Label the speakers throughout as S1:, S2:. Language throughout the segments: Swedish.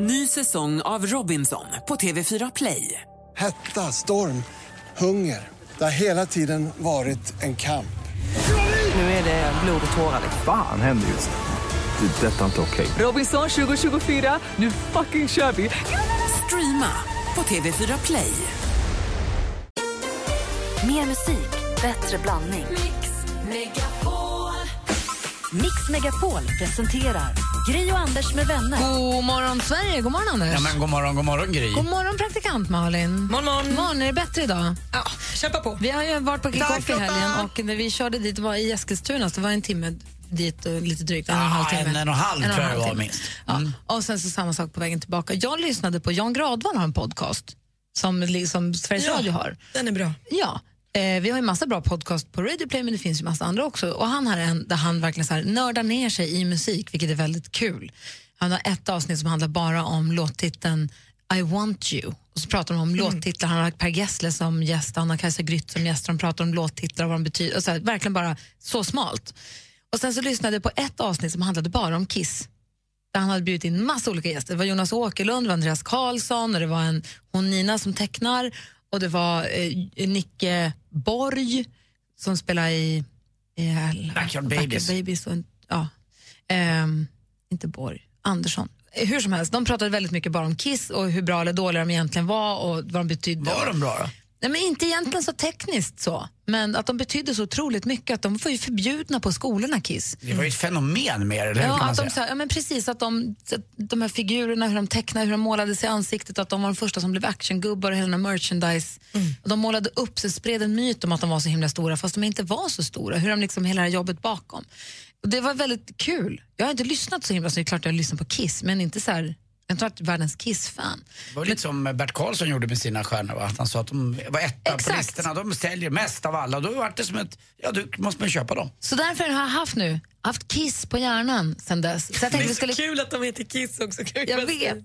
S1: Ny säsong av Robinson på TV4 Play.
S2: Hetta, storm, hunger. Det har hela tiden varit en kamp.
S1: Nu är det blod och tårar.
S3: Fan händer just nu. Det. är Detta är inte okej.
S1: Robinson 2024, nu fucking kör vi! Streama på TV4 Play.
S4: Mer musik, bättre blandning. Mix Megapol. Mix Megapol presenterar Gri och Anders med vänner.
S5: God morgon, Sverige. God morgon, Anders.
S6: Ja, men god morgon, god morgon Gry.
S5: God morgon, praktikant Malin.
S7: Morgon, morgon.
S5: morgon. Är det bättre idag?
S7: Ja, kämpa på.
S5: Vi har ju varit på kickoff i helgen och när vi körde dit var i Eskilstuna, så det var en timme dit och lite drygt en och en halv
S6: Ja,
S5: timme.
S6: en och en halv tror jag det var
S5: timme.
S6: minst. Mm.
S5: Ja. Och sen så samma sak på vägen tillbaka. Jag lyssnade på Jan Gradvall har en podcast som, li- som Sveriges
S7: Ja.
S5: Radio har.
S7: Den är bra.
S5: Ja, eh, vi har ju massa bra podcast på Radio Play men det finns ju massa andra också. Och han har en där han verkligen så här nördar ner sig i musik, vilket är väldigt kul. Han har ett avsnitt som handlar bara om låttiteln I want you. Och så pratar de
S7: Mm.
S5: om låttitlar, han har Per Gessle som gäst, Anna-Kajsa Grytt som gäst, de pratar om låttitlar och vad de betyder. Och så här, verkligen bara så smalt. Och sen så lyssnade jag på ett avsnitt som handlade bara om Kiss där han hade bjudit in massa olika gäster. Det var Jonas Åkerlund, det var Andreas Karlsson, och det var en, hon Nina som tecknar och det var eh, Nicke Borg som spelar i... i Backyard
S6: Babies.
S5: Babies och, en- ja. Ehm, inte Borg, Andersson. Eh, Hur som helst, de pratade väldigt mycket bara om Kiss och hur bra eller dåliga de egentligen var och vad de betydde.
S6: Var de bra då?
S5: Nej, men inte egentligen så tekniskt så, men att de betydde så otroligt mycket att de var ju förbjudna på skolorna, Kiss.
S6: Det var ju ett fenomen mer, eller
S5: Ja,
S6: hur kan man
S5: att de,
S6: säga?
S5: så här, ja men precis. Att de, att de här figurerna, hur de tecknade, hur de målade sig i ansiktet, att de var de första som blev actiongubbar och hela den här merchandise.
S7: Mm.
S5: Och de målade upp sig, spred en myt om att de var så himla stora fast de inte var så stora. Hur de liksom, hela det här jobbet bakom. Och det var väldigt kul. Jag har inte lyssnat så himla, så det är klart jag har lyssnat på Kiss, men inte så här, jag har inte varit världens Kiss-fan.
S6: Det var lite som Bert Karlsson gjorde med sina stjärnor va? Att Han sa att de var etta på
S5: Exakt.
S6: listorna, de säljer mest av alla. Då var det som ett, ja då måste man köpa dem.
S5: Så därför har jag haft nu, haft Kiss på hjärnan sen dess. Så jag
S7: Det
S5: tänkte
S7: är
S5: vi
S7: så
S5: skulle,
S7: kul att de heter Kiss också. kan
S5: jag
S7: bara
S5: vet.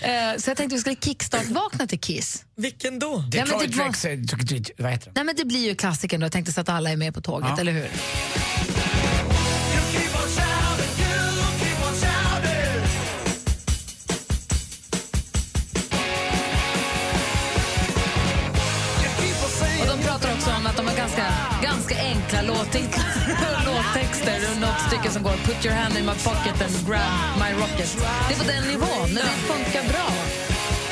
S7: säga.
S5: Eh, så jag tänkte vi skulle kickstart-vakna till Kiss.
S7: Vilken då?
S5: Ja, men typ
S6: Detroit
S5: det var-
S6: Rex, eh, Detroit- vad heter den?
S5: Nej, men det blir ju klassikern då. Jag tänkte så att alla är med på tåget,
S6: Ja.
S5: eller hur? Och de pratar också om att de har ganska, ganska enkla låttit- låttexter. Och Något stycke som går Put your hand in my pocket and grab my rocket. Det är på den nivån, men det funkar bra.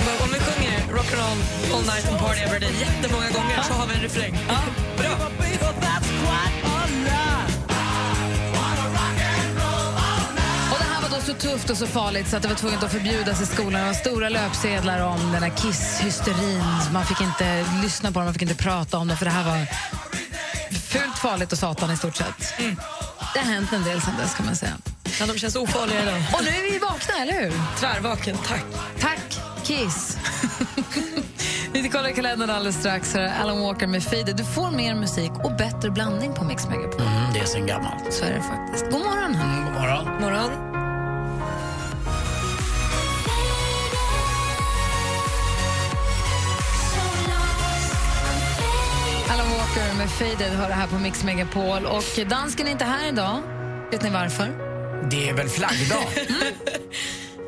S7: Men Om vi sjunger rock'n'roll all night and party every day jättemånga gånger så har vi en refräng. Ja, bra.
S5: Och det här var då så tufft och så farligt så att det var tvunget att förbjudas i skolan. Det var stora löpsedlar om den här kisshysterin. Man fick inte lyssna på dem, man fick inte prata om det för det här var fult, farligt och satan i stort sett. Det har hänt en del sen dess kan man säga.
S7: Ja, de känns ofarliga idag.
S5: Och nu är vi vakna, eller hur?
S7: Tvärvaken, tack.
S5: Tack, Kiss. Vi ska kolla kalendern alldeles strax. Här är Alan Walker med Fade. Du får mer musik och bättre blandning på Mix Megapol.
S6: Mm, det är sen gammalt. Mm,
S5: Så är det faktiskt. God morgon, hörni.
S6: God morgon.
S7: Morgon.
S5: Alan Walker med Faded hör det här på Mix Megapol. Och dansken är inte här idag. Vet ni varför?
S6: Det är väl flaggdag?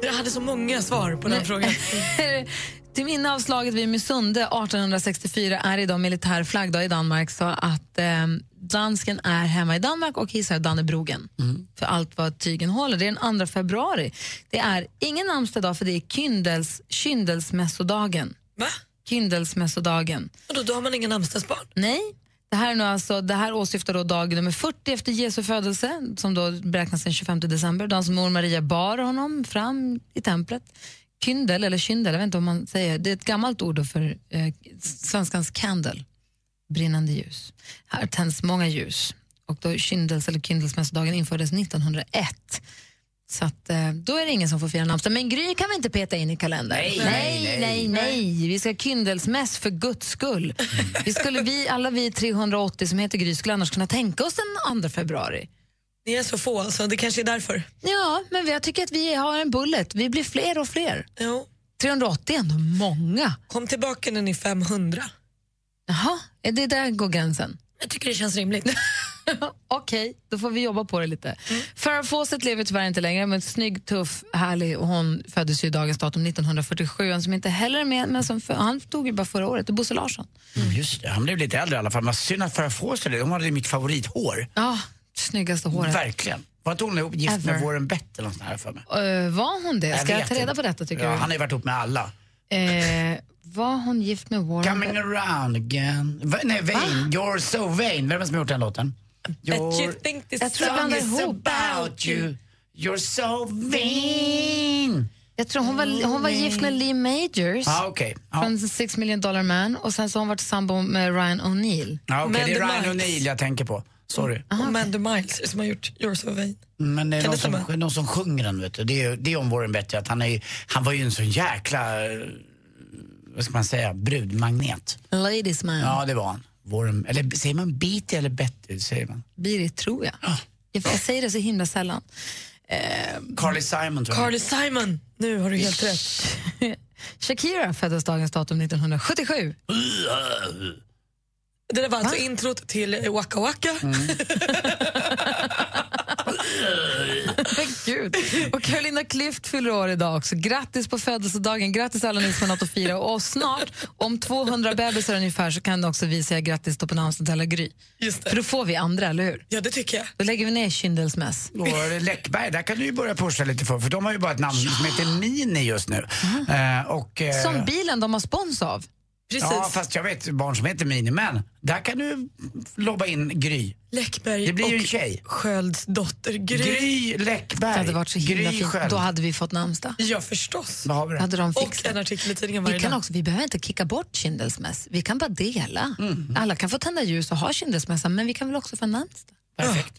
S7: Jag hade så många svar på den frågan.
S5: Till minne av slaget vid Mysunde 1864 är idag militär flaggdag i Danmark så att eh, dansken är hemma i Danmark och hissar Dannebrogen för allt vad tygen håller. Det är den 2 februari. Det är ingen namnsdag idag för det är Kyndels, Kyndelsmässodagen.
S7: Va?
S5: Kyndelsmässodagen.
S7: Och då, då har man ingen namnsdagsbarn?
S5: Nej. Det här, är nu alltså, det här åsyftar då dag nummer 40 efter Jesu födelse, som då beräknas den 25 december. Dagens mor Maria bar honom fram i templet. Kyndel, eller kyndel, jag vet inte om man säger. Det är ett gammalt ord då för eh, svenskans candle, brinnande ljus. Här tänds många ljus. Och då kyndels eller kyndelsmässodagen infördes 1901. Så att, eh, då är det ingen som får fira namnsdag. Men Gry kan vi inte peta in i kalendern. Nej, nej, nej. Mm. Vi ska ha kyndelsmäss för guds skull. Vi skulle, vi, alla vi 380 som heter Gry skulle annars kunna tänka oss den 2 februari.
S7: Ni är så få alltså, det kanske är därför.
S5: Ja, men jag tycker att vi har en bullet. Vi blir fler och fler.
S7: Jo.
S5: 380 är ändå många.
S7: Kom tillbaka när ni är 500.
S5: Jaha, är det där går gränsen?
S7: Jag tycker det känns rimligt.
S5: Okej, då får vi jobba på det lite. Farah Fawcett lever tyvärr inte längre, men snygg, tuff, härlig. Och hon föddes ju i dagens datum 1947, en som inte heller är med, men som för, han dog ju bara förra året, Bosse Larsson.
S6: Mm, Just det, han blev lite äldre i alla fall. Men synd att Farah Fawcett, hon hade ju mitt favorithår.
S5: Ja, snyggaste håret.
S6: Verkligen. Var inte hon ihop- gift
S5: Ever.
S6: med Warren Bett eller något sånt här för mig?
S5: Eh, var hon det? Ska jag,
S6: vet
S5: ta reda
S6: inte.
S5: på detta tycker
S6: ja,
S5: du?
S6: Han har ju varit ihop med alla.
S5: Eh, var hon gift med Warren?
S6: Coming around again. Va, nej, vain. You're so vain. Vem är det som har gjort den låten?
S7: That you
S6: Your
S7: think this
S5: Jag tror jag
S7: song
S5: blandar
S7: is
S5: ihop.
S6: about you. You're so vain.
S5: Jag tror hon var, hon var gift med Lee Majors.
S6: Ja, Ah, okej. Ja.
S5: Från Six Million Dollar Man och sen så har hon varit sambo med Ryan O'Neill.
S6: Ja, ah, okej,
S7: Men
S6: Det är
S7: The
S6: Ryan
S7: Miles.
S6: O'Neill jag tänker på. Sorry.
S7: Amanda Miles som har gjort You're so vain.
S6: Men det är
S7: Kan
S6: någon
S7: det stämma?
S6: som, någon som sjunger den, vet du. Det är, det är om Warren Beatty. Att han, är, ju- han var ju en sån jäkla, eh, vad ska man säga, brudmagnet.
S5: Ladies man.
S6: Ja, det var han. Warren, eller säger man Beatty eller Betty? Säger man.
S5: Blir det, tror jag. Jag, jag säger det så himla sällan.
S6: Carly Simon tror jag.
S7: Carly Simon, nu har du helt rätt.
S5: Shakira föddes dagens datum 1977.
S7: Det där var alltså introt till eh, Waka Waka.
S5: Men Gud. Och Carolina Klüft fyller år idag också. Grattis på födelsedagen, grattis alla ni som har något att fira. Och snart, om 200 bebisar ungefär, så kan också vi säga grattis då på namnsdag till alla Gry.
S7: Just
S5: För
S7: det.
S5: då får vi andra, eller hur?
S7: Ja, det tycker jag.
S5: Då lägger vi ner Kyndelsmäss.
S6: Och Läckberg, där kan du ju börja pusha lite för, för de har ju bara ett namn som heter Mini just nu. Eh, och, eh,
S5: Som bilen de har spons av.
S7: Precis.
S6: Ja, fast jag vet barn som heter Mini, men där kan du lobba in Gry.
S7: Läckberg
S6: Det blir ju en
S7: och
S6: tjej.
S7: Skölds dotter Gry.
S6: Gry Läckberg.
S5: Det hade varit så himla
S6: Gry
S5: fint.
S6: själv.
S5: Då hade vi fått namnsdag.
S7: Ja, förstås.
S6: Då har vi det.
S5: Hade de fixat.
S7: Och en artikel i tidningen varje
S5: Vi, kan
S7: dag.
S5: också, vi behöver inte kicka bort Kindelsmäss. Vi kan bara dela.
S6: Mhm.
S5: Alla kan få tända ljus och ha Kindelsmässan, men vi kan väl också få en namnsdag.
S6: Perfekt.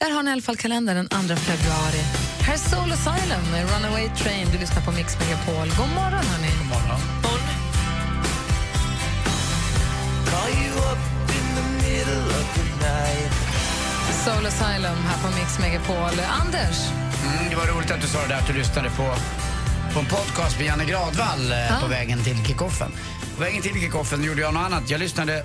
S5: Där har ni i alla fall kalendern den 2 februari. Här är Soul Asylum med Runaway Train. Du lyssnar på Mix Megapol. God morgon, hörni.
S6: Morgon.
S5: Soul Asylum här på Mix Megapol. Anders,
S6: Mm, det var roligt att du sa det där att du lyssnade på, på en podcast med Janne Gradvall eh, på vägen till kickoffen. På vägen till kickoffen gjorde jag något annat. Jag lyssnade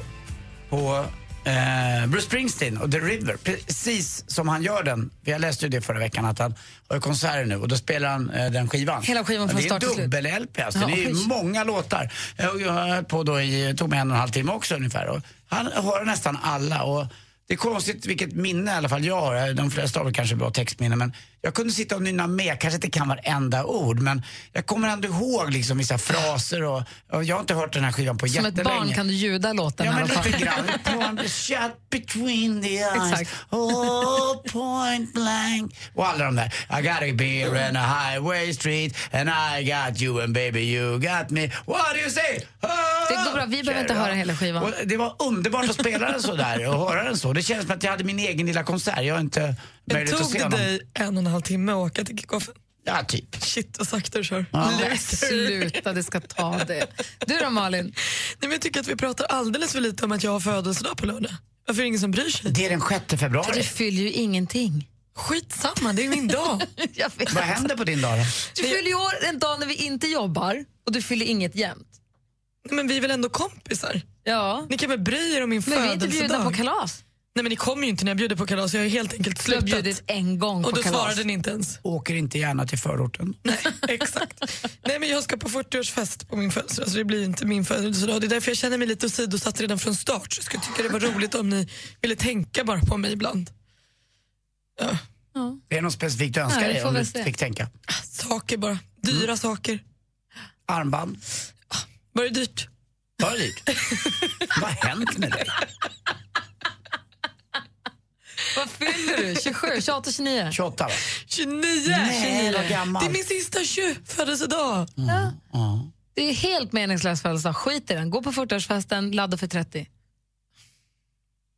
S6: på eh, Bruce Springsteen och The River, precis som han gör den. För Jag läste ju det förra veckan att han har konserter nu och då spelar han eh, den skivan.
S5: Hela skivan från
S6: Det är
S5: start till slut.
S6: dubbel-LP alltså. Det är
S5: Ja,
S6: ju
S5: oj.
S6: många låtar. Eh, och Jag höll på då i, tog mig en och en halv timme också ungefär. Och han hör nästan alla. Och det är konstigt vilket minne i alla fall jag har. De flesta har väl kanske bra textminne men jag kunde sitta och nynna med. Jag kanske inte kan varenda ord men jag kommer ändå ihåg liksom vissa fraser och, och jag har inte hört den här skivan på
S5: som ett
S6: jättelänge.
S5: barn kan du ljuda låten
S6: Ja,
S5: i
S6: men
S5: alla fall.
S6: lite grann. Upon the shot between the eyes.
S5: Exakt.
S6: Oh, point blank. Och alla de där. I got a beer and a highway street and I got you and baby you got me. What do you say? Oh,
S5: Det går bra, vi behöver inte höra hela skivan.
S6: Och det var underbart att spela den så där och höra den så. Det känns som att jag hade min egen lilla konsert. Jag har inte
S7: Men
S6: möjlighet att
S7: tog
S6: se
S7: det
S6: honom.
S7: dig en och en halv timme att åka till kickoffen?
S6: Ja, typ.
S7: Shit vad sakta du kör.
S5: Nej, Sluta, det ska ta det. Du då, Malin?
S7: Nej, men jag tycker att vi pratar alldeles för lite om att jag har födelsedag på lördag. Varför är det ingen som bryr sig?
S6: Det är den 6
S5: Du
S6: februari.
S5: fyller ju ingenting.
S7: Skitsamma, det är min dag.
S5: Jag vet.
S6: Vad händer på din dag då?
S5: Du fyller ju år en dag när vi inte jobbar och du fyller inget jämt.
S7: Nej, men vi är väl ändå kompisar?
S5: Ja.
S7: Ni kan väl bry er om min
S5: Men vi är inte bjudna på
S7: födelsedag?
S5: kalas.
S7: Nej men ni kommer ju inte när jag bjuder på kalas, jag har ju helt enkelt
S5: Du har
S7: slutat.
S5: bjudit en gång på
S7: och då
S5: kalas.
S7: svarade ni inte ens.
S6: Åker inte gärna till förorten.
S7: Exakt. Nej men jag ska på 40-årsfest på min födelsedag så det blir ju inte min födelsedag. Det är därför jag känner mig lite åsidosatt redan från start. Så jag skulle tycka det var roligt om ni ville tänka bara på mig ibland.
S6: Är det något specifikt du önskar
S5: Nej, vi
S6: dig
S5: får
S6: om du
S5: väl se.
S6: fick tänka?
S7: Saker bara, dyra
S5: Mm.
S7: saker.
S6: Armband?
S7: Var det dyrt?
S6: Var det dyrt? Vad har hänt med dig?
S5: Vad fyller du? 27, 28, 29?
S6: 28 va?
S7: 29!
S6: Nej, vad gammal.
S7: Det är min sista 20 födelsedag.
S5: Det är helt meningslös födelsedag. Skit i den. Gå på 40-årsfesten, ladda för 30.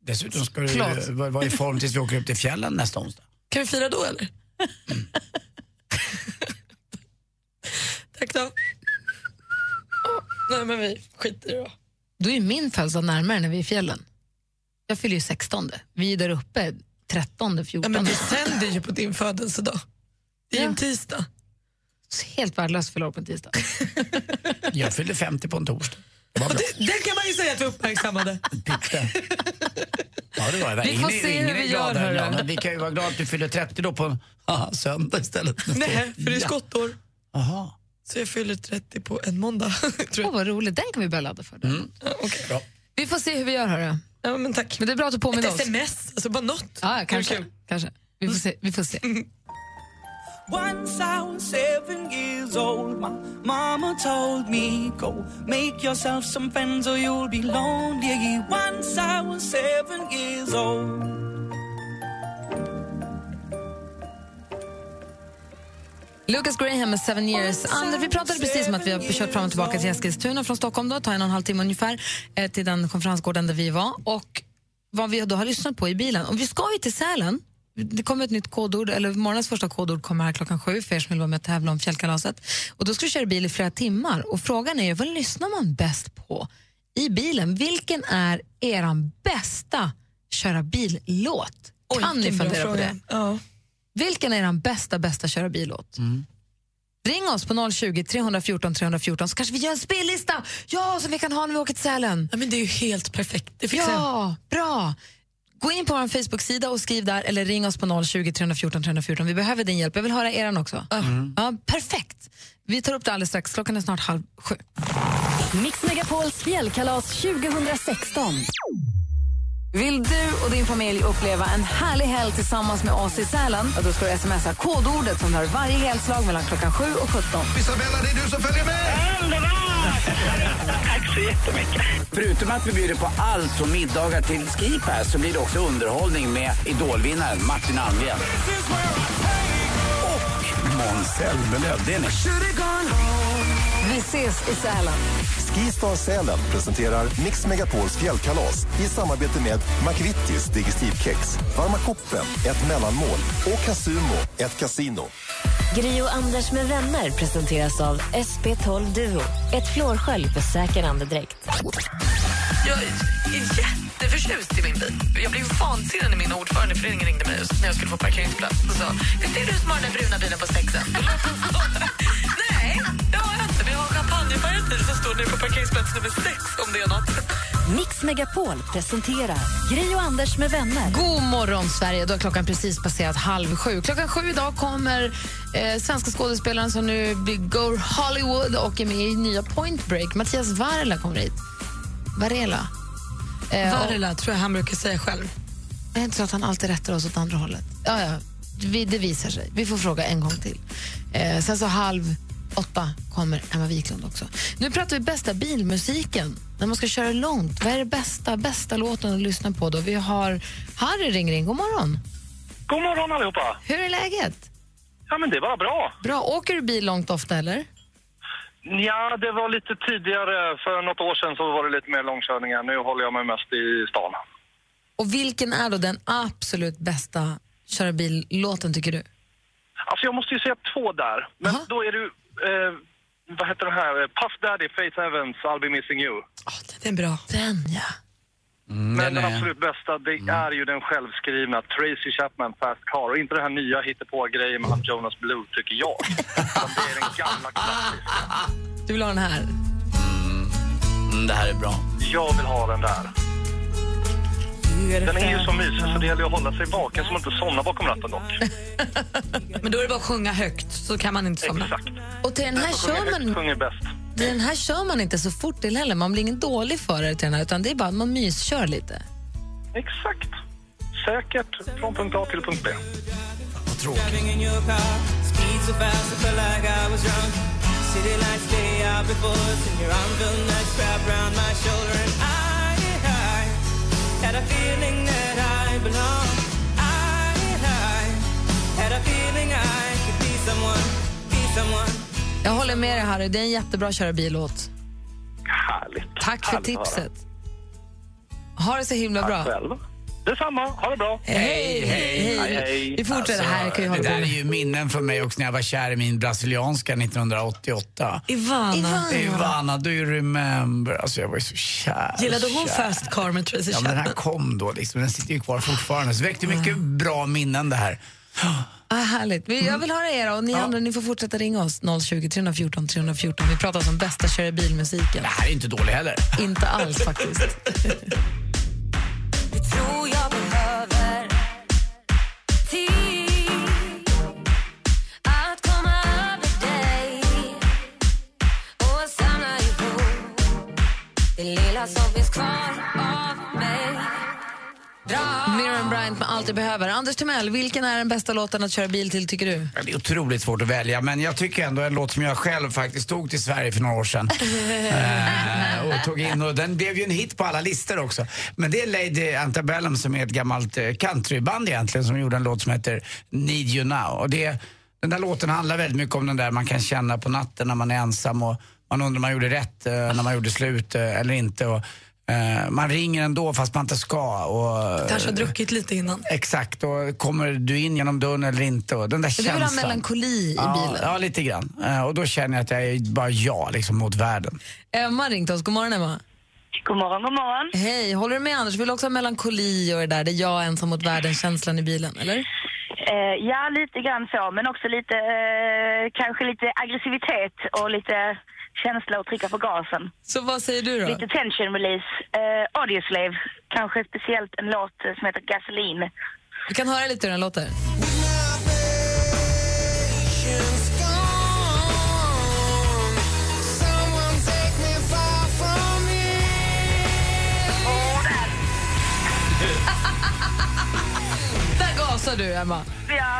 S6: Dessutom ska du
S5: Klart.
S6: ju vara i form tills vi åker upp till fjällen nästa onsdag.
S7: Kan vi fira då eller? Mm. Tack då. Nej men vi skiter i det då.
S5: Då är ju min födelsedag närmare när vi är i fjällen. Jag fyller ju 16. Vi är där uppe 13,
S7: Ja,
S5: 14.
S7: men vi sänder ju på din födelsedag. Det är ju en
S5: Ja.
S7: tisdag. Mm.
S5: Helt värdelös att fylla år på en tisdag.
S6: Jag fyllde 50 på en torsdag. var
S7: Och
S6: bra.
S7: det, den kan man ju säga att vi uppmärksammade.
S6: Pitte. Ja, det var det.
S5: Vi får
S6: Ingen-
S5: se hur
S6: ingen är
S5: vi gör,
S6: gladare än jag,
S5: hörru.
S6: men Vi kan ju vara glada att du fyller 30 då på en haha, söndag istället.
S7: Nej, för det är skottår.
S6: Ja. Jaha.
S7: Så jag fyller 30 på en måndag. tror
S5: Åh,
S7: jag.
S5: vad roligt, den kan vi börja ladda för. Då.
S7: Ja, okej.
S6: Bra.
S5: Vi får se hur vi gör, hörru.
S7: Ja, men tack.
S5: Men det är bra att du
S7: Ett
S5: påminner oss.
S7: sms, alltså bara något.
S5: Ja,
S7: Kul.
S5: kanske. kanske. Vi får se. Vi får se.
S8: Once I was seven years old, my mama told me, Go make yourself some friends or you'll be lonely. Once I was seven years old.
S5: Lucas Graham med Seven Years. Anders, vi pratade precis om att vi har kört fram och tillbaka till Eskilstuna från Stockholm. Då, det tar en och en halv timme ungefär eh, till den konferensgården där vi var. Och vad vi då har lyssnat på i bilen. Och vi ska ju till Sälen. Det kommer ett nytt kodord, eller morgonens första kodord kommer här klockan sju för er som vill vara med och tävla om fjällkalaset. Och då ska vi köra bil i flera timmar. Och frågan är ju, vad lyssnar man bäst på i bilen? Vilken är eran bästa köra bil-låt?
S7: Oj,
S5: Kan ni
S7: vilken bra
S5: fundera på
S7: fråga.
S5: det?
S7: Ja.
S5: Vilken är den bästa, bästa köra bilåt? Ring oss på 020 314 314 så kanske vi gör en spellista ja, som vi kan ha när vi åker till Sälen.
S7: ja, men det är ju helt perfekt. Det fixar jag.
S5: Ja, bra! Gå in på vår Facebook-sida och skriv där eller ring oss på 020 314 314. Vi behöver din hjälp. Jag vill höra eran också. Ja, perfekt! Vi tar upp det alldeles strax. Klockan är snart halv sju.
S4: Mix Megapols fjällkalas 2016.
S9: Vill du och din familj uppleva en härlig helg tillsammans med oss i Sälen? Ja, Då ska du smsa kodordet som du har i varje helslag mellan klockan 7 och 17.
S10: Isabella, det är du som följer med!
S11: Förutom att vi bjuder på allt från middagar till skipass så blir det också underhållning med idolvinnaren Martin Almgren. Och Måns Zelmerlöw, det är ni.
S9: Vi ses i Sälen.
S10: Skistar Sälen presenterar Mix Megapols fjällkalas i samarbete med McVittys Digestivkex, Varma koppen, ett mellanmål och Casumo, ett kasino.
S4: Gri och Anders med vänner presenteras av SP12 Duo. Ett flårskölj för säker andedräkt.
S7: Jag är jätteförtjust i min bil. Jag blev vansinnig när min ordförande i föreningen ringde mig just när jag skulle få parkeringsplats och sa Visst är du som har den där bruna bilen på sexen? Jag låg på svaret, Nej, det har jag inte. Men jag har champagnefärgad bil som står nere på parkeringsplats nummer sex om det är något.
S4: Mix Megapol presenterar Gri och Anders med vänner.
S5: God morgon, Sverige. Då har klockan precis passerat halv sju. Klockan sju idag kommer eh, svenska skådespelaren som nu blir- går Hollywood och är med i nya Point Break. Mattias Varela kommer hit. Varela. Eh, och-
S7: Varela tror jag han brukar säga själv.
S5: jag är inte så att han alltid rättar oss åt andra hållet. Ja, ja. Vi, det visar sig. Vi får fråga en gång till. Eh, sen så halv åtta kommer Emma Wiklund också. Nu pratar vi bästa bilmusiken. När man ska köra långt, vad är det bästa, bästa låten att lyssna på då? Vi har Harry ring ring. God morgon.
S11: God morgon allihopa!
S5: Hur är läget?
S11: Ja men det var bra.
S5: Bra. Åker du bil långt ofta eller?
S11: Ja, det var lite tidigare. För något år sedan så var det lite mer långkörningar. Nu håller jag mig mest i stan.
S5: Och vilken är då den absolut bästa köra bil-låten tycker du?
S11: Alltså jag måste ju säga två där. Men
S5: Aha.
S11: då är det ju, eh, vad heter den här? Puff Daddy, Faith Evans, I'll be missing you.
S7: Den är bra.
S5: Den ja.
S11: Men
S6: Mm, den
S11: den
S6: är- Mm.
S11: absolut bästa, det är ju den självskrivna Tracy Chapman, Fast Car. Och inte det här nya hittepå-grejen med han Jonas Blue, tycker jag. Utan det är den gamla klassiska.
S5: Du vill ha den här?
S6: Mm, det här är bra.
S11: Jag vill ha den där. Den är ju så mysig så det gäller ju att hålla sig vaken så man inte somnar bakom ratten dock.
S7: Men då är det bara att sjunga högt så kan man inte somna.
S11: Exakt.
S5: Och till den
S11: Den
S5: här
S11: som
S5: kör
S11: sjunger
S5: man...
S11: högt sjunger bäst.
S5: Den här kör man inte så fort till heller. Man blir ingen dålig förare till den här, utan det är bara att man myskör lite.
S11: Exakt. Säkert från punkt A till punkt B.
S8: Driving in your car, speed so fast I felt like I was drunk. City lights day out before us, and your arm felt nice wrapped around my shoulder, and I, I had a feeling that I belong. I, I had a feeling I could be someone, be someone.
S5: Jag håller med dig, Harry. Det är en jättebra köra bilåt.
S11: Härligt.
S5: Tack för
S11: Härligt att höra.
S5: tipset. Ha det så himla bra.
S11: Själv. Detsamma. Ha det bra.
S5: Hej,
S11: Hej, hej.
S5: Vi fortsätter.
S6: Alltså,
S5: här kan ju
S6: det
S5: hålla på
S6: där är
S5: med.
S6: ju minnen för mig också när jag var kär i min brasilianska 1988.
S7: Ivana.
S6: Ivana, do you remember? Alltså jag var ju så kär.
S7: Gillade hon
S6: kär.
S7: Fast Car med Tracy
S6: Ja, men den
S7: Chapman?
S6: här kom då liksom. Den sitter ju kvar fortfarande. Så väckte mycket bra minnen det här.
S5: Ah, härligt. Vi- Jag vill höra er och ni andra ni får fortsätta ringa oss. 020 314 314. Vi pratar som bästa kör i bilmusiken.
S6: Det här är inte dålig heller.
S5: Inte alls faktiskt.
S12: tror jag behöver tid att komma över dig och samla ihop det lilla som finns kvar av mig
S5: Miriam Bryant med Allt du behöver. Anders Timell, vilken är den bästa låten att köra bil till tycker du?
S6: Det är otroligt svårt att välja, men jag tycker ändå en låt som jag själv faktiskt tog till Sverige för några år sedan. eh, och tog in, och den blev ju en hit på alla listor också. Men det är Lady Antebellum som är ett gammalt eh, countryband egentligen som gjorde en låt som heter Need You Now. Och det, den där låten handlar väldigt mycket om den där man kan känna på natten när man är ensam och man undrar om man gjorde rätt eh, när man gjorde slut eh, eller inte. Och, eh, man ringer ändå fast man inte ska. Och,
S13: Kanske har druckit lite innan.
S6: Exakt, och kommer du in genom dörren eller inte? Och den där
S5: Du vill ha
S6: känslan.
S5: melankoli i
S6: ja,
S5: bilen.
S6: Ja, lite grann. Eh, Och då känner jag att jag är bara jag liksom, mot världen.
S5: Emma ringt oss. God morgon, Emma.
S14: God morgon, god morgon.
S5: Hej, håller du med Anders? Vill du också ha melankoli och det där, det är jag ensam mot världen-känslan i bilen, eller?
S14: Eh, ja, lite grann så, men också lite, eh, kanske lite aggressivitet och lite känsla och trycka på gasen.
S5: Så vad säger du då?
S14: Lite tension release. Eh, Audioslave, kanske speciellt en låt eh, som heter Gasoline.
S5: Vi kan höra lite hur den låter. Där gasar du, Emma.
S14: Ja.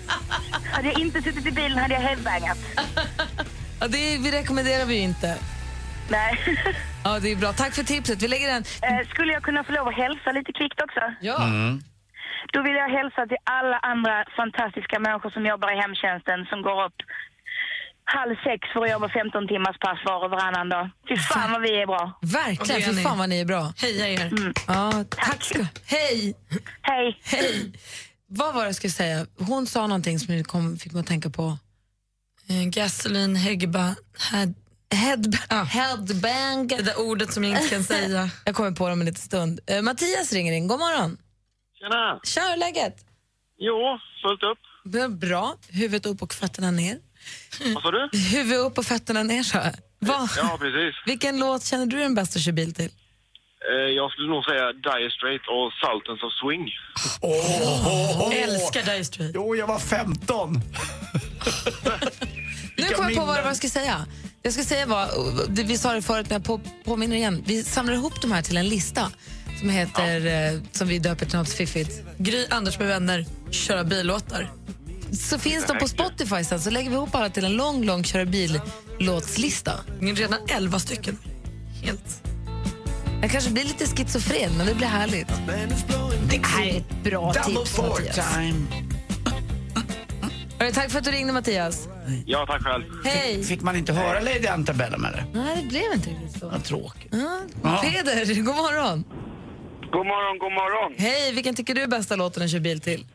S14: Hade jag inte suttit i bilen hade jag headbangat.
S5: Ja, det vi rekommenderar vi ju inte.
S14: Nej.
S5: Ja, det är bra. Tack för tipset. Vi lägger den...
S14: Eh, skulle jag kunna få lov att hälsa lite kvickt också?
S5: Ja.
S14: Mm. Då vill jag hälsa till alla andra fantastiska människor som jobbar i hemtjänsten som går upp halv sex för att jobba 15 timmars pass var och varannan dag. Fy fan vad vi är bra.
S5: Verkligen,
S14: Och det är
S5: för
S14: ni.
S5: fan vad ni är bra.
S13: Heja er.
S5: Ja, tack ska Hej!
S14: Hej.
S5: Hej. Vad var det jag skulle säga? Hon sa någonting som kom, fick mig att tänka på.
S13: Eh, Gasoline, Hegba, head...
S5: Head,
S13: Headbang. Det där ordet som jag inte kan säga.
S5: Jag kommer på dem om en liten stund. Eh, Mattias ringer in. God morgon.
S15: Tjena!
S5: Tja, hur är läget?
S15: Jo, fullt upp.
S5: B- Bra. Huvudet upp och fötterna ner.
S15: Vad sa du?
S5: Huvudet upp och fötterna ner, sa jag. Va?
S15: Ja, precis.
S5: Vilken låt känner du den bästa att köra bil till?
S15: Eh, Jag skulle nog säga Dire Straits och Sultans of Swing.
S13: Jag älskar Dire Straits.
S6: Jo, jag var 15.
S5: Nu kommer
S6: Vilka
S5: jag på vad det
S6: minnen.
S5: var jag skulle säga. Jag ska säga vad, det- vi sa det förut, men jag på, påminner igen. Vi samlar ihop de här till en lista som heter, eh, som vi döper till något fiffigt.
S13: Gry Anders med vänner, köra billåtar.
S5: Så finns de på Spotify sen, så lägger vi ihop alla till en lång, lång köra bil-låtslista.
S13: Redan elva stycken. Helt.
S5: Jag kanske blir lite schizofren, men det blir härligt. Det här är ett bra
S13: Double
S5: tips,
S13: four
S5: Mattias. Hörru, Tack för att du ringde, Mattias.
S15: Ja, tack själv.
S5: Hej. Fick-
S6: Fick man inte höra Lady Antebellum eller?
S5: Nej, det blev inte riktigt så.
S6: Vad tråkigt.
S5: Ja. Peder, god morgon.
S15: God morgon, god morgon.
S5: Hej, vilken tycker du är bästa låten att köra bil till?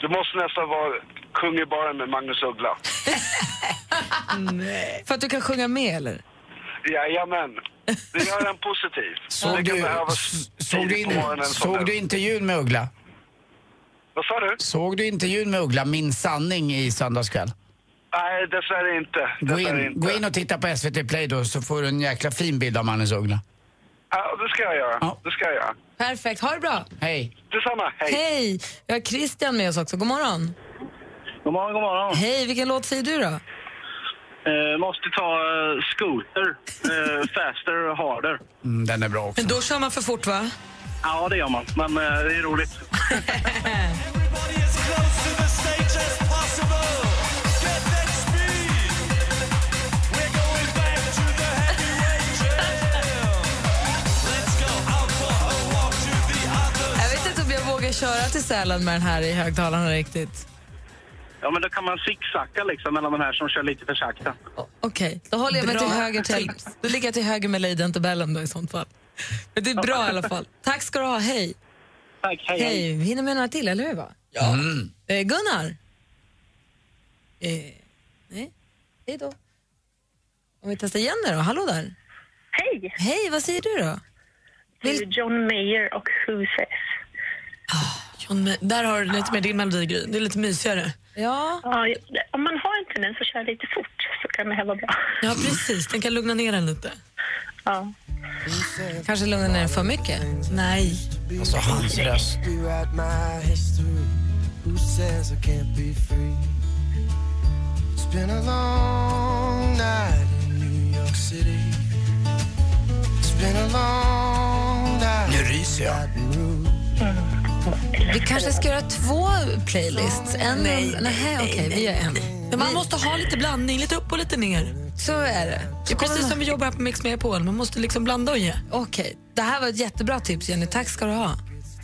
S15: Du måste nästan vara kung i baren med Magnus Uggla.
S5: För att du kan sjunga med, eller?
S15: Jajamän. Det gör en positiv.
S6: Såg
S15: Det kan
S6: du,
S15: behövas
S6: såg, du
S15: tidigt på
S6: in,
S15: morgonen som
S6: såg
S15: den.
S6: du intervjun med Uggla?
S15: Vad sa du?
S6: Såg du intervjun med Uggla, Min sanning, i söndagskväll?
S15: Nej, dessvärre inte.
S6: Gå
S15: Dessvärre
S6: in,
S15: inte.
S6: gå in och titta på SVT Play då så får du en jäkla fin bild av Magnus Uggla.
S15: Ja, det ska jag göra. Det ska jag göra.
S5: Perfekt, ha det bra.
S6: Hej.
S15: Detsamma, hej.
S5: Hej! Vi har Christian med oss också. God morgon.
S16: God morgon, god morgon.
S5: Hej, vilken låt säger du då?
S16: Eh, måste ta eh, Scooter. Eh, faster, harder.
S6: Mm, den är bra också.
S13: Men då kör man för fort, va?
S16: Ja, det gör man. Men eh, det är roligt.
S5: Jag vet inte om jag vågar köra till Sälen med den här i högtalarna riktigt.
S16: Ja, men då kan man zigzacka liksom mellan de här som kör lite för sakta.
S5: Okej, då håller jag mig
S16: Bra
S5: till höger till... Då ligger jag till höger med Lady Antebellum då i sånt fall. Men det är bra i alla fall. Tack ska du ha, hej.
S16: Tack,
S5: hej. hej. Vi hinner med några till, eller hur? Va?
S6: Ja.
S5: Eh, Gunnar? Eh, nej, hej då. Om vi testar igen nu då, hallå där.
S17: Hej!
S5: Hej, vad säger du då?
S17: Det är John Mayer och Who Says.
S13: Från mig. Där har du lite mer din melodi, Gry. Det är lite mysigare.
S9: Ja.
S17: Om man har en tendens att köra lite fort så kan det här vara bra.
S13: Ja, precis. Den kan lugna ner den lite.
S17: Ja.
S5: Kanske lugnar ner den för mycket?
S13: Nej.
S6: Alltså hans röst. Nu ryser jag.
S5: Vi kanske ska göra två playlists. En,
S13: Nej,
S5: nej, okej, vi gör en.
S13: Men man måste ha lite blandning, lite upp och lite ner.
S5: Så är det.
S13: Det är precis som vi jobbar här på Mix Megapol. Man måste liksom blanda och ge.
S5: Okej, det här var ett jättebra tips Jenny. Tack ska du ha.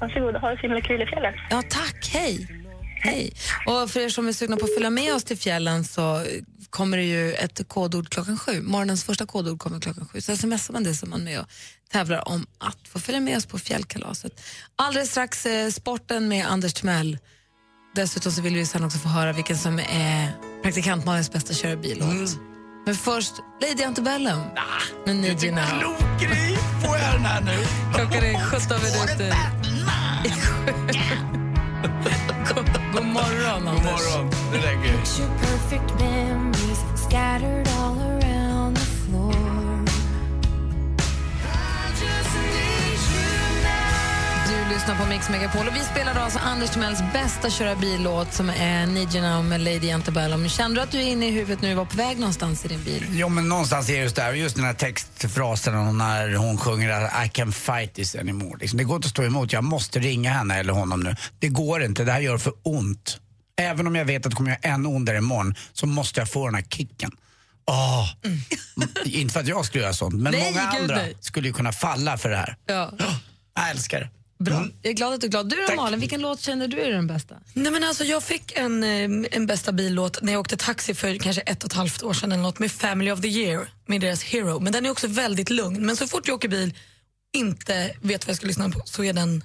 S17: Varsågod, ha det så himla kul i fjällen.
S5: Ja, tack. Hej. Hej. Och för er som är sugna på att följa med oss till fjällen så kommer det ju ett kodord klockan sju. Morgonens första kodord kommer klockan sju. Så smsar man det så är man med och tävlar om att få följa med oss på fjällkalaset. Alldeles strax eh, sporten med Anders Timell. Dessutom så vill vi sen också få höra vilken som är praktikant Malins bästa körbil-låt. Men först Lady Antebellum med Need You Now.
S6: Får jag den här nu?
S5: Klockan är 17 minuter. i sju. God- eh, God morgon,
S6: God
S5: Anders.
S6: morgon. Det räcker.
S12: Picture perfect memories scattered all around the floor.
S5: Du lyssnar på Mix Megapol och vi spelar alltså Anders Timells bästa köra bil-låt som är Need You Now med Lady Antebellum. Kände du att du är inne i huvudet nu var på väg någonstans i din bil?
S6: Jo men någonstans är det just där, just den här textfrasen och när hon sjunger att I can fight this anymore. Liksom, det går inte att stå emot, jag måste ringa henne eller honom nu. Det går inte, det här gör för ont. Även om jag vet att det kommer göra än ondare imorgon så måste jag få den här kicken. Åh! inte för att jag skulle göra sånt, men
S5: Mm. Nej,
S6: många
S5: gud,
S6: andra
S5: nej.
S6: skulle ju kunna falla för det här.
S5: Ja.
S6: Jag älskar det.
S5: Bra. Jag är glad att du är glad. Du då, Malin, vilken låt känner du är den bästa?
S13: Mm. Nej, men alltså, jag fick en, eh, en bästa billåt när jag åkte taxi för kanske ett och ett halvt år sedan eller något, med Family of the Year med deras Hero. Men den är också väldigt lugn. Men så fort jag åker bil inte vet vad jag ska lyssna på så är den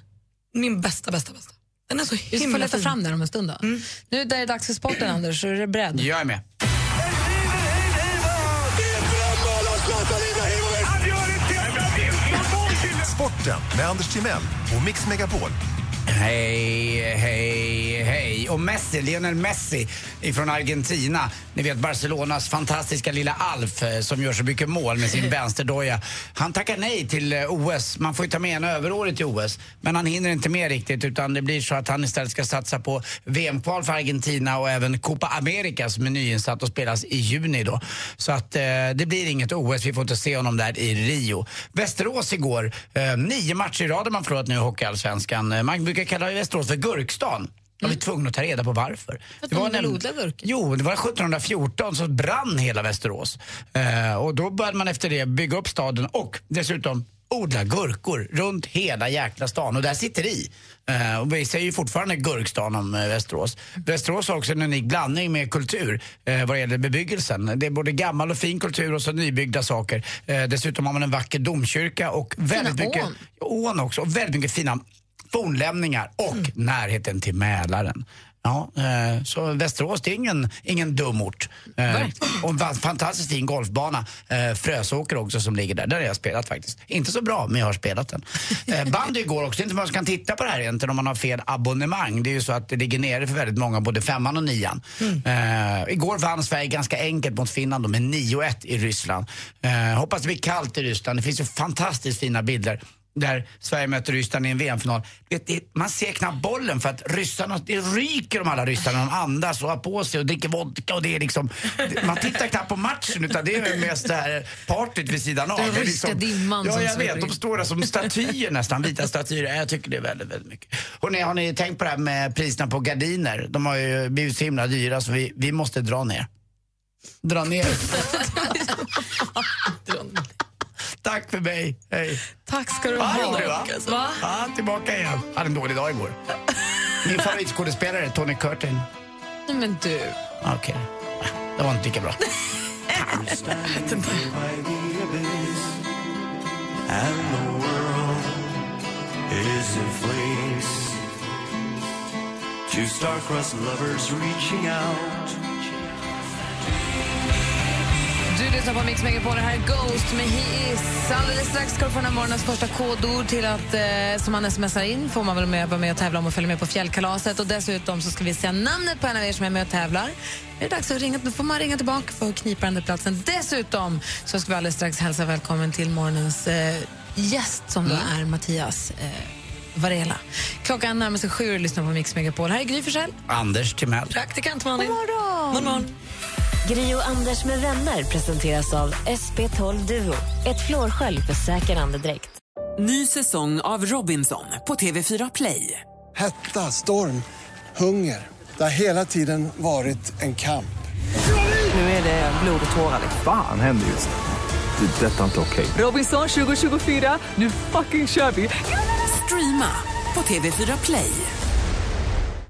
S13: min bästa, bästa, bästa. Den är så
S5: Vi
S13: himla
S5: får leta
S13: fin.
S5: fram den om en stund. Då. Nu där är det dags för sporten, Anders. så Är du beredd?
S6: Jag är med.
S10: Sporten med Anders Timell och Mix Megapol.
S6: Hej, hej, hej. Och Messi, Lionel Messi ifrån Argentina. Ni vet Barcelonas fantastiska lilla Alf eh, som gör så mycket mål med sin vänsterdoja. Han tackar nej till eh, OS. Man får ju ta med en överårig till OS. Men han hinner inte med riktigt utan det blir så att han istället ska satsa på VM-kval för Argentina och även Copa America som är nyinsatt och spelas i juni då. Så att eh, det blir inget OS. Vi får inte se honom där i Rio. Västerås igår. Eh, nio matcher i rad har man förlorat nu i Hockeyallsvenskan. Eh, Man brukar kalla Västerås för gurkstan. Jag var tvungen att ta reda på varför.
S5: Mm. att de vill
S6: nämligen-
S5: odla gurkor.
S6: Jo, det var 1714 så brann hela Västerås. Eh, och då började man efter det bygga upp staden och dessutom odla gurkor runt hela jäkla stan. Och där sitter det i. Eh, och vi säger ju fortfarande gurkstan om eh, Västerås. Västerås har också en unik blandning med kultur eh, vad det gäller bebyggelsen. Det är både gammal och fin kultur och så nybyggda saker. Eh, dessutom har man en vacker domkyrka och väldigt
S5: Fina
S6: mycket
S5: ån.
S6: ån också. Och väldigt mycket fina fornlämningar och närheten till Mälaren. Ja, eh, så Västerås det är ingen, ingen dum ort. Eh, och en fa- fantastiskt fin golfbana. Eh, Frösåker också som ligger där. Där har jag spelat faktiskt. Inte så bra, men jag har spelat den. Eh, bandy går också. Det är inte man kan titta på det här egentligen om man har fel abonnemang. Det är ju så att det ligger nere för väldigt många, både femman och nian. Eh, igår vann Sverige ganska enkelt mot Finland då, med 9-1 i Ryssland. Eh, hoppas det blir kallt i Ryssland. Det finns ju fantastiskt fina bilder där Sverige möter Ryssland i en VM-final. Vet ni, Man ser knappt bollen för att ryssarna, det ryker om alla ryssarna. De andas och har på sig och dricker vodka och det är liksom, man tittar knappt på matchen utan det är mest det här partyt vid sidan av.
S5: Den
S6: Det är
S5: ryska
S6: liksom,
S5: dimman
S6: Ja,
S5: som
S6: jag
S5: sveper
S6: vet. De
S5: in.
S6: står där som statyer nästan, vita statyer. Ja, Jag tycker det är väldigt, väldigt mycket. Hörrni, har ni tänkt på det här med priserna på gardiner? De har ju blivit så himla dyra så vi, vi måste dra ner. Dra ner. Tack för mig. Hej.
S13: Tack ska du
S6: Ja, det
S13: ha.
S6: gjorde du, va?
S13: Va?
S6: Ja, tillbaka igen. Hade en dålig dag igår. Min favoritskådespelare, Tony Curtin.
S5: Nej, men du.
S6: Okej. Det var inte lika bra.
S18: Two star-crossed lovers reaching out.
S5: Du lyssnar lyssnar på Mix Megapol. Det här är Ghost med He Is. Alldeles strax ska du få den här morgonens första kodord till att, eh, som man smsar in. får man väl med, vara med och tävla om och följa med på fjällkalaset. Och dessutom så ska vi säga namnet på en av er som är med och tävlar. Det är dags att ringa, då får man ringa tillbaka för att knipa den där platsen. Dessutom så ska vi alldeles strax hälsa välkommen till morgonens eh, gäst som då är Mattias eh, Varela. Klockan närmar sig sju och du lyssnar på Mix Megapol. Här är Gry Forssell.
S6: Anders Timell.
S5: Praktikant Malin. God morgon.
S4: God morgon. Gri och Anders med vänner presenteras av SP12 Duo. Ett flårskölj för säker andedräkt.
S1: Ny säsong av Robinson på TV4 Play.
S2: Hetta, storm, hunger. Det har hela tiden varit en kamp.
S19: Nu är det blod och tårar. Fan händer just det. Det är detta inte okej.
S1: Robinson 2024, nu fucking kör vi! Streama på TV4 Play.